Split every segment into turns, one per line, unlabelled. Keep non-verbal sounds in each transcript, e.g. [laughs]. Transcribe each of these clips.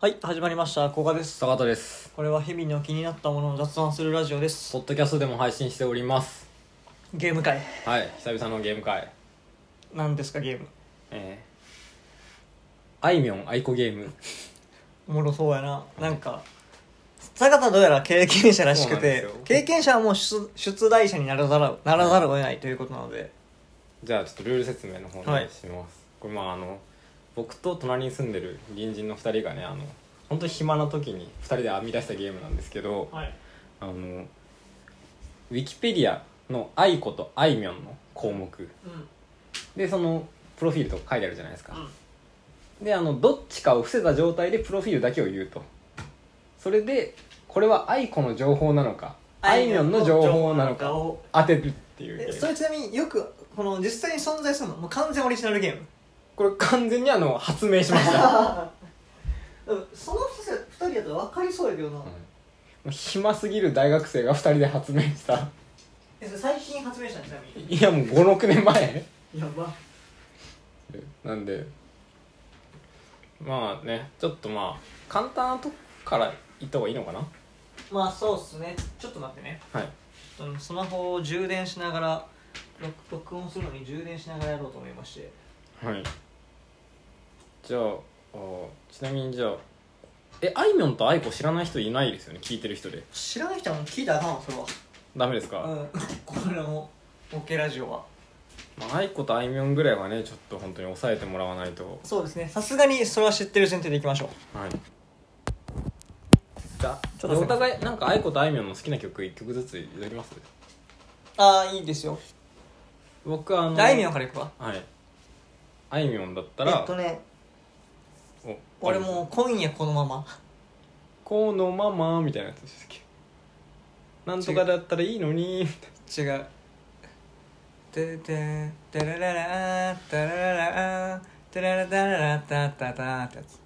はい始まりました古賀です
坂田です
これは日々の気になったものを雑談するラジオです
ポッドキャストでも配信しております
ゲーム会
はい久々のゲーム会
何ですかゲーム
えー、あいみょんあいこゲーム
おもろそうやななんか坂田どうやら経験者らしく
そうなんです
て
よ
経験者はもう出出題者にならざるならざるを得ないということなので
じゃあちょっとルール説明の方にし
はい
ます、これまああの僕と隣に住んでる隣人の2人がねあの本当に暇な時に2人で編み出したゲームなんですけど、
はい
あのウィキペディアの「あいことあいみょん」の項目
うん
でそのプロフィールとか書いてあるじゃないですか、であのどっちかを伏せた状態でプロフィールだけを言うとそれでこれは愛子の情報なのかあいみょんの情報なのかを
を
当てるっていうゲーム
それちなみによくこの実際に存在するのもう完全オリジナルゲーム
これ完全にあの発明しました
[laughs]
うん
その2人だと分かりそうやけどな
もう暇すぎる大学生が2人で発明した
最近発明したちなみ
いやもう56年前
にやば
なんでまあねちょっとまあ簡単なとこからいった方がいいのかな
まあそうっすねちょっと待ってね
はい
あのスマホを充電しながら録録音するのに充電しながらやろうと思いまして
はいじゃああーちなみにじゃあえあいみょんとあいこ知らない人いないですよね聞いてる人で
知らない人はもう聞いたらあかんわそれ
ダメですか、
はうんこれもオケラジオは
まああいことあいみょんぐらいはねちょっと本当に抑えてもらわないと
そうですねさすがにそれは知ってる前提でいきましょう
はいじゃ
ち
あ
ょっと
お互いなんかあいことあいみょんの好きな曲1曲ずついただきます
ああいいですよ
僕あの
じゃああいみょんからいくわ
はいあいみょんだった
え
ら
っとね
お
俺もう今夜このまま
このままみたいなやつでしたっけなんとかだったらいいのにみたいな
違うてててらららたらららてららららたたたってやつ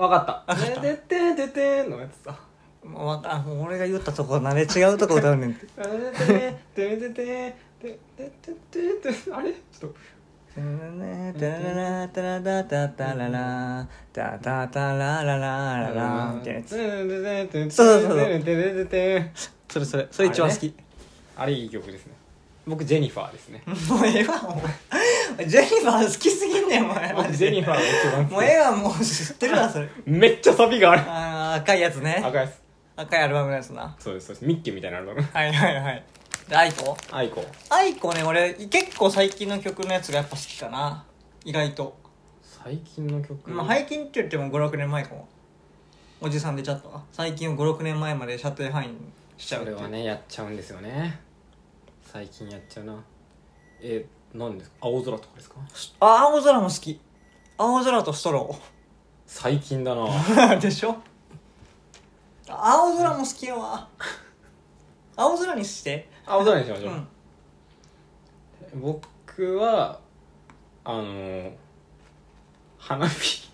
わかった
わかった
でててててのやつだ
もうまたもう俺が言ったとこなんで違うとこ歌うねんって
ててててててててててあれちょっと
タラララタラダタタララタタタラララララみたいなやつ
てててて
それそれそれ一番好き
あれいい曲ですね僕ジェニファーですね
もうええわお前ジェニファー好きすぎんねんお前マ
僕
ジ
ジェ
で
ニファーが
も
一番好
う
き
ええわもう知ってるわそれ
めっちゃサビがある
あー赤いやつね
赤いです
赤いアルバムのやつな
そうですそうですミッキーみたいなアルバム
はいはいはいでアイコ
アイコ
アイコね俺結構最近の曲のやつがやっぱ好きかな意外と
最近の曲
まあ、最近って言っても56年前かもおじさん出ちゃったわ最近を56年前まで射程範囲にしちゃう
そ
って
れ
いう
はねやっちゃうんですよね最近やっちゃうなえ何ですか青空とかですか
あ青空も好き青空とストロ
最近だな
ー [laughs] でしょ青空も好きやわ青空にして
青空にしまし
う
ょ
ん
う僕はあのー花火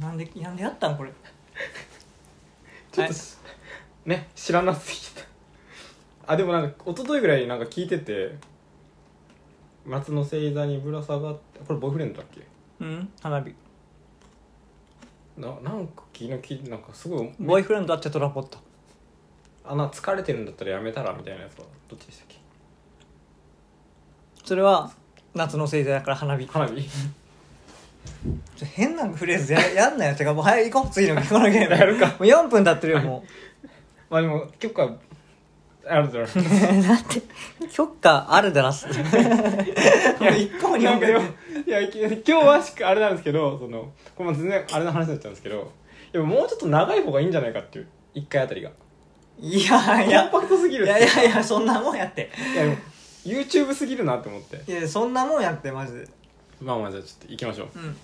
なんでなんでやったんこれ
ちょっと
はい
ね知らなすぎたあでもなんか一昨日ぐらいになんか聞いてて「松の星座にぶら下がって」これボーイフレンドだっけ
うん花火
ななんか昨日聞いてなんかすごい
ボーイフレンドはテトラポット
あな疲れてるんだったらやめたらみたいなやつはどっちでしたっけ
それは夏の星座やから花火
花火
ちょ変なフレーズややんなよてかもう早い行こう次
[laughs]
のこのゲーム
やるか
もう4分経ってるよもう
まあでも結構あるだろう
[laughs] なんて許可あるだらすもう一個も二
な
本
んか
目
でもいやき今日はしかあれなんですけどそのこれも全然あれの話になっちゃうんですけどでももうちょっと長い方がいいんじゃないかっていう1回あたりが
いやい
コン
や
パクトすぎ
い
るって
やいやいやそんなもんやって
いやでも YouTube すぎるなって思って
いやそんなもんやってマジで
まあまあじゃあちょっと行きましょう
うん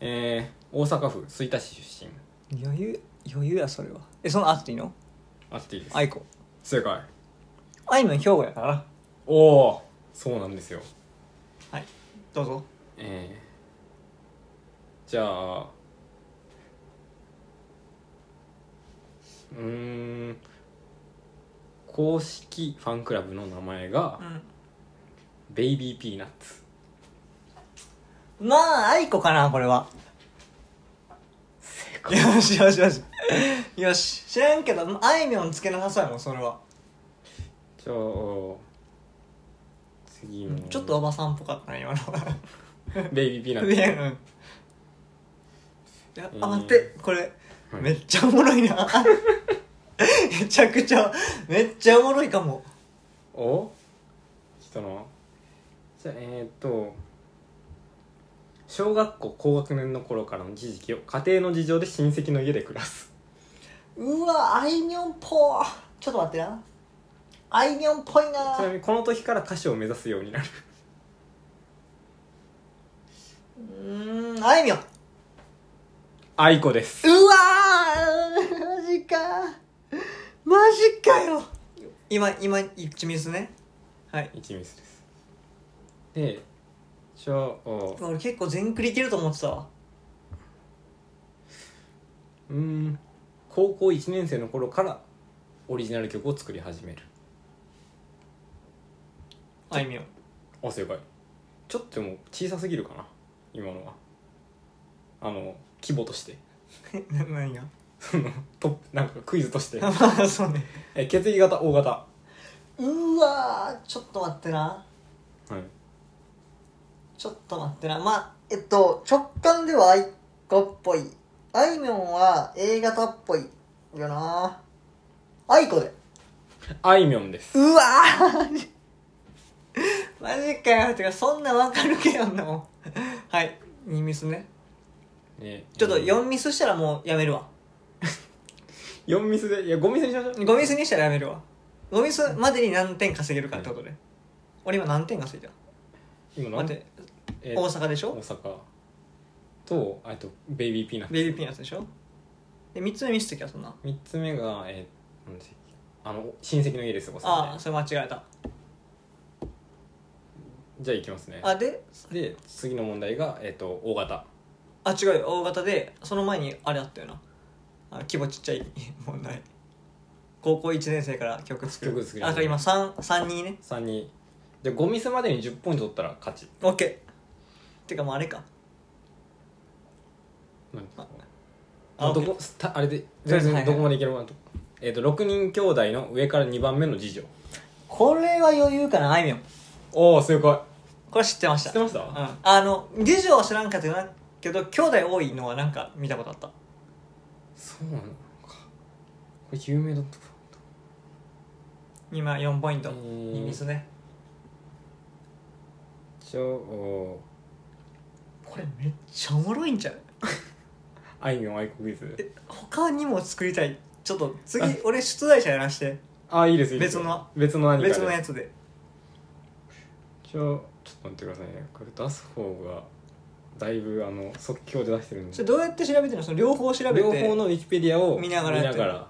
えー、大阪府吹田市出身
余裕余裕やそれはえその後でいいの
あっていいです
あいこ
正解
あいみょん兵庫やから
おおそうなんですよ
はいどうぞ
えー、じゃあうーん公式ファンクラブの名前が
う
ベイビーピーナッツ
んまああいこかなこれは [laughs]
か
よしよしよしよし知らんけどあいみょんつけなさそうやもんそれは
じゃあ次の
ちょっとおばさんっぽかったな今のは
ベイビーピーナッツ
いやうんいや
えー
あ待ってこれ
はい
めっちゃおもろいなめちゃくちゃめっちゃおもろいかも
お人のじゃあえーっと小学校高学年の頃からの一時期を家庭の事情で親戚の家で暮らす
うわあいみょんっぽちょっと待ってなあいみょんっぽいな
ちなみにこの時から歌手を目指すようになる
うーんあいみょん
愛子です
うわーマジかマジかよ今今一ミスねはい
一ミスですでじゃあお
俺結構全クリいけると思ってたわ
うーん高校1年生の頃からオリジナル曲を作り始める
あいみょん
あ正解ちょっとでも小さすぎるかな今のはあの規模として
な何が [laughs]
そのトップなんかクイズとして
まあそうね
え血液型 O 型は
うわーちょっと待ってないちょっと待ってなまあえっと直感ではあいこっぽいあいみょんは A 型っぽいよなあいこで
あいみょんです
うわー [laughs] マジマジかよてかそんなわかるけどなもんはい2ミスね
ね
ちょっと4ミスしたらもうやめるわ
4ミスでいや5ミスにしましょう
5ミスにしたらやめるわ5ミスまでに何点稼げるかってことで、俺今何点稼いだ
今何
待って
えー
大阪でしょ
大阪とあとベイビーピーナッツ
ベイビーピーナッツでしょで3つ目見せときゃそんな
3つ目がえー、なんでしたっけあの親戚の家ですおさ
ああ
ん
それ間違えた
じゃあいきますね
あで
で次の問題がえっ、と O 型
あ違うよ大型でその前にあれあったよなあ規模ちっちゃい [laughs] 問題高校1年生から曲作る
曲作り
あだから今 3, 3人ね
3にで5ミスまでに10ポイント取ったら勝ち
OK てかもうあれか
なんか
あ
あど
OK
こたあれで
とりあ
全
えずはいはい
然どこまでいけるかなと,、えー、と6人兄弟の上から2番目の次女
これは余裕かなあいみょん
おお正解
これ知ってまし
知
た
ってました、
うん、あの次女は知らんかったけど兄弟多いのはなんか見たことあった
そうなのかこれ有名だったか
今4ポイント
へー
2ミスね
じゃあお
これめっちゃおもろいんちゃう
ーあいみょん愛子クイズ
他にも作りたいちょっと次俺出題者やらして
ああいいですいいです
別の
別の何かで
別のやつで
じゃあちょっと待ってくださいねこれ出す方がだいぶあの即興で出してるん
それ
で
どうやって調べてるのその両方調べて
両方のウィキペディアを
見ながらやってる
見ながら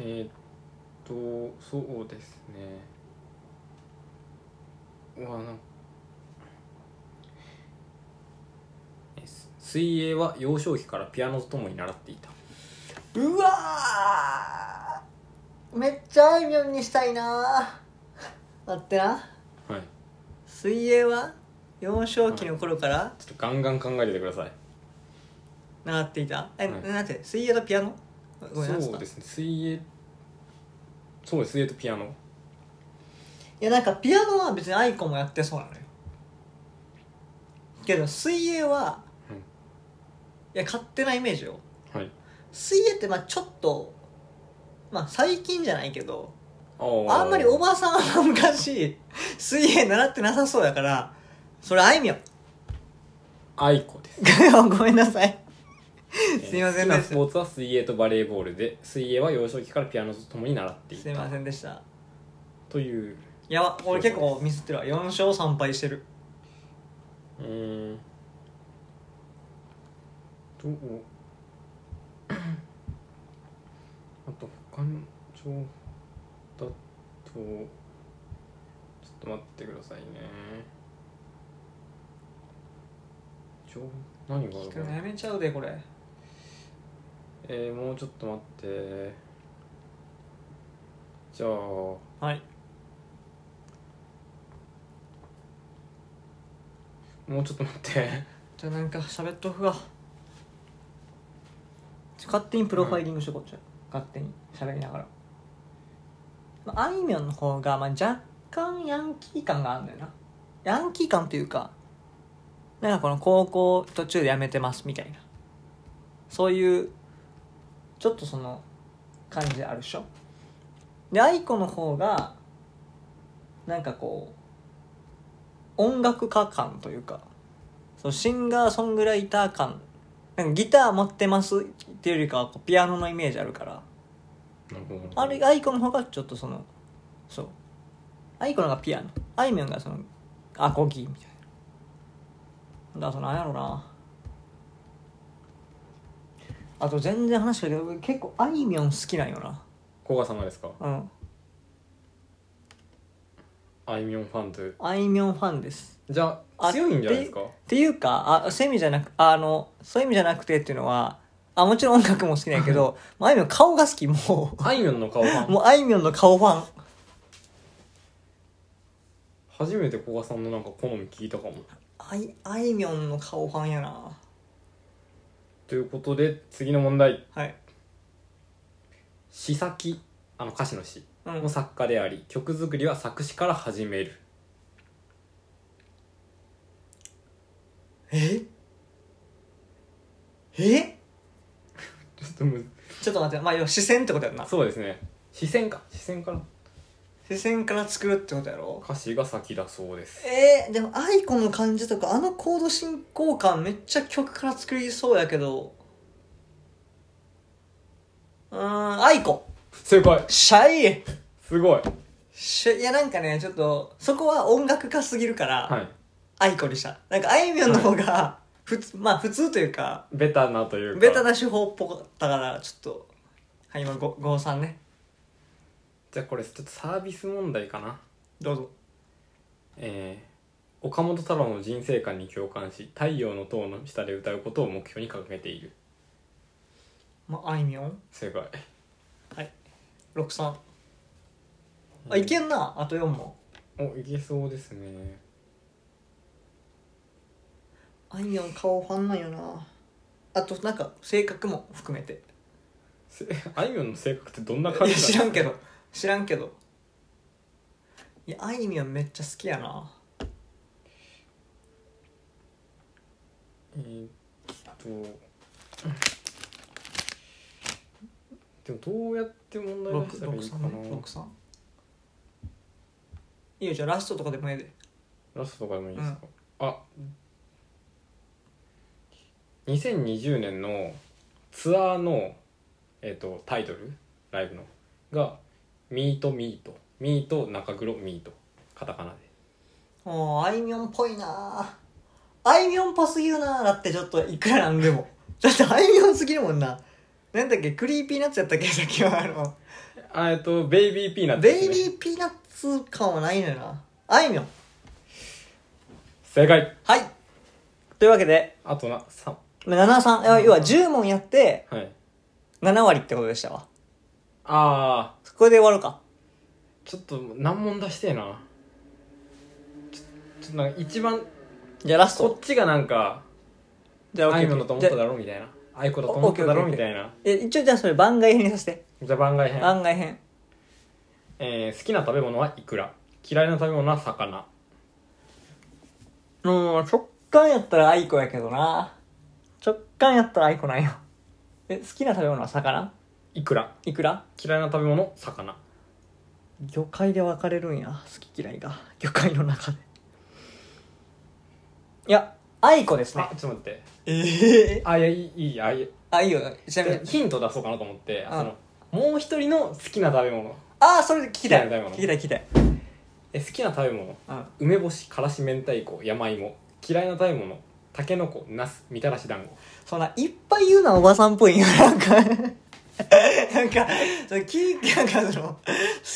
えーっとそうですねうわなんえす水泳は幼少期からピアノとともに習っていた
うわーめっちゃあいみょんにしたいなー待ってな
はい
水泳は幼少期の頃から
ちょっとガンガン考えててください
習っていたえ、
はい
なんて水泳とピアノごめんなさ
そ
いう
ですね水泳そうです水泳とピアノ
いやなんかピアノは別にアイコもやってそうなのよけど水泳は、
うん
いや勝手なイメージよ
はい
水泳ってまあちょっとまあ最近じゃないけど
あ
あんまりおばさんは昔 [laughs] 水泳習ってなさそうやからそれあいみょん [laughs]
愛子です
ごめんなさい
えー
すいません
好き
で
な
し
スポーツは水泳とバレーボールで水泳は幼少期からピアノと共に習っ
た
てい
すいま
た
せんでした
という
やば俺結構ミスってるわ4勝3敗してる
うーんどうあと他の情報だとちょっと待ってくださいね情報何があるかな
やめちゃうでこれ
えー、もうちょっと待ってじゃあ
はい
もうちょっと待って
じゃあなんか喋っとくわ勝手にプロファイリングしとこっちゃ、勝手に喋りながら、まあ、あいみょんの方が、まあ、若干ヤンキー感があるんだよなヤンキー感というかなんかこの高校途中で辞めてますみたいなそういうちょっとその感じあるでしょで愛子の方がなんかこう音楽家感というかそうシンガーソングライター感なんかギター持ってますっていうよりかはこうピアノのイメージあるから
なるほど
あれアイコの方がちょっとそのそうアイコの方がピアノあいみょんがそのアコギみたいなだからそのなんやろなあと全然話が出てこない結構あいみょん好きなんよな
古賀様ですか
うん
あいみょんファンという
あいみょんファンです
じゃあ
あ
強いんじゃないですか
っていうかあそういう意味じゃなくあのそういう意味じゃなくてっていうのはあもちろん音楽も好きなんやけどまああいみょん顔が好きも
あいみょんの顔ファ
う
ン
もうあいみょんの顔ファン
初めて古賀さんのなんか好み聞いたかも
あいあいみょんの顔ファンやな
ということで次の問題
はい、
詩先あの歌詞の詩
う
の
ん、
作家であり曲作りは作詞から始める
ええ
ちょっとむ
ちょっと待ってまあ要は視線ってことやんな
そうですね視線か視線から
視線から作るってことやろ
歌詞が先だそうです
えー、でも愛子の感じとかあのコード進行感めっちゃ曲から作りそうやけどうーん愛子
正解
シャイ
すごい
シャイいやなんかねちょっとそこは音楽家すぎるから、
はい
愛子にしたなんかあいみょんの方が普通、まあ普通というか
ベタなというか
ベタな手法っぽかったからちょっとはい今ご郷さんね
じゃあこれちょっとサービス問題かな
どうぞ
えー、岡本太郎の人生観に共感し「太陽の塔の下で歌うことを目標に掲げている
まああいみょん」
正解
六三あいけんなあと4問
おいけそうですね
あいみょん顔ファンなんよなあとなんか性格も含めて
せ [laughs] あいみょんの性格ってどんない感
や
じ
知
な
ら
の
んけど知らんけどいやあいみょんめっちゃ好きやな
えーっとでもどうやって問題出したらいいかな
63ね63いいよじゃあラストとかでもええで
ラストとかでもいいですか、あ2020年のツアーの、えっとタイトルライブのが「ミートミートミート中黒ミート」カタカナで
もうあいみょんっぽいなあいみょんっぽすぎるなだってちょっといくらなんでもだってあいみょんすぎるもんななんだっけクリーピーナッツやったっけさっきはあの
あえっとベイビーピーナッツ
ベイ
ね
ビーピーナッツ感はないのよなあいみょん
正解
はいというわけで
あとな3
73え要は10問やって
はい
7割ってことでしたわ
ああ
これで終わるか
ちょっと難問出してえなちょちょっとなんか一番
じゃあラス
こ
ト
っちがなんか
じゃあ
あ
OK
いみょんだと思っただろみたいなあいこだと思っただろ
OK
みたいな
え一応じゃあそれ番外編にさせて
じゃあ番外編
番外編
えー好きな食べ物はイクラ嫌いな食べ物は魚
うん直感やったら愛子やけどな直感やったら愛子なんよえ好きな食べ物は魚
イクラ
いくら
嫌いな食べ物魚
魚介で分かれるんや好き嫌いが魚介の中でいや愛子ですね
あちょっと待って
ええ
あいやいいいいあいや
あいいよちなみに
ヒント出そうかなと思って
うん
そのもう一人の好きな食べ物
ああそれ聞きたい
聞きたいもの
聞きたい聞きたい
え好きな食べ物
うん
梅干しからし明太子山芋嫌いな食べ物たけのこなすみたらし団子
そんないっぱい言うなおばさんっぽいよなんかなんかそのきなんかその好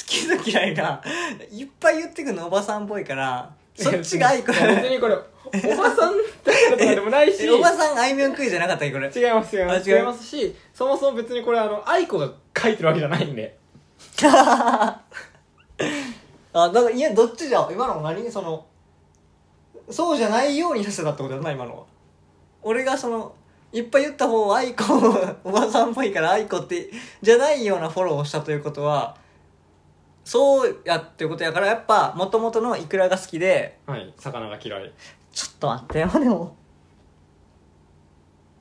きと嫌いがいっぱい言ってくるのおばさんっぽいから [laughs] そっちが愛子
いや別にこれおばさんってことでもない
[laughs]
し
えおばさんあいみょん食いじゃなかったよこれ
違います違います
あ違う
違いますしそもそも別にこれあの愛子が書いてるわけじゃないんで
[laughs] あだからいやどっちじゃ今の何そのそうじゃないようにさせたってことだな今のは俺がそのいっぱい言った方を愛子おばさんっぽいから愛子ってじゃないようなフォローをしたということはそうやってことやからやっぱもともとのイクラが好きで
はい魚が嫌い
ちょっと待ってよでも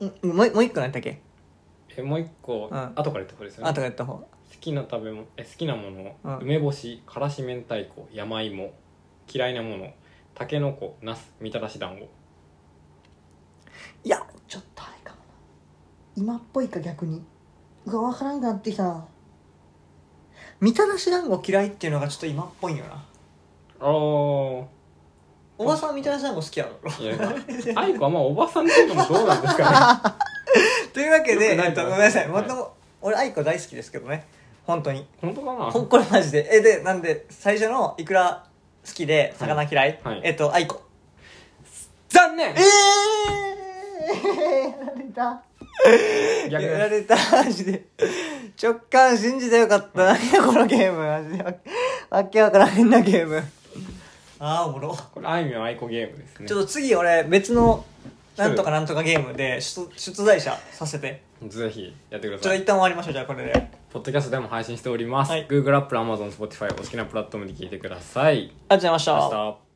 んもうもう一個なんだっけ
えもう一個、
うん
後から言ったことですよ
あと
ね
が言った方
好きな食べ物え好きなもの、
うん
梅干しからし明太子山芋嫌いなものたけのこなすみたらし団子
いやちょっとあれかもな今っぽいか逆にうわ分からんくなってきたなみたらし団子嫌いっていうのがちょっと今っぽいんよな
あ
おばさんはみたらし団子好きやろ
あいや愛子はまあおばさんっていうのもどうなんで
[laughs]
すか
[laughs]
ね
というわけで
よくない
えっとごめんなさい
は
も
い
とも俺愛子大好きですけどね本当に
本当かな
ほんこれマジでえでなんで最初のいくら好きで魚嫌い、
はい
えっと愛子
残 [laughs] 念
ええー、やられた
逆
やら
です
れたマジで直感信じてよかったな、このゲームマジでわわけわからへんなゲームああおもろ
これあいみょん愛子ゲームですね
ちょっと次俺別のなんとかなんとかゲームで出出題者させて
ぜひやってくだ
ちょ
さ
っと
い
一旦終わりましょうじゃあこれで
ポッドキャストでも配信しております、
はい
Google アップル Amazon Spotify お好きなプラットフォームで聞いてくだ
あ
さい
りがとうございまし
明
た
日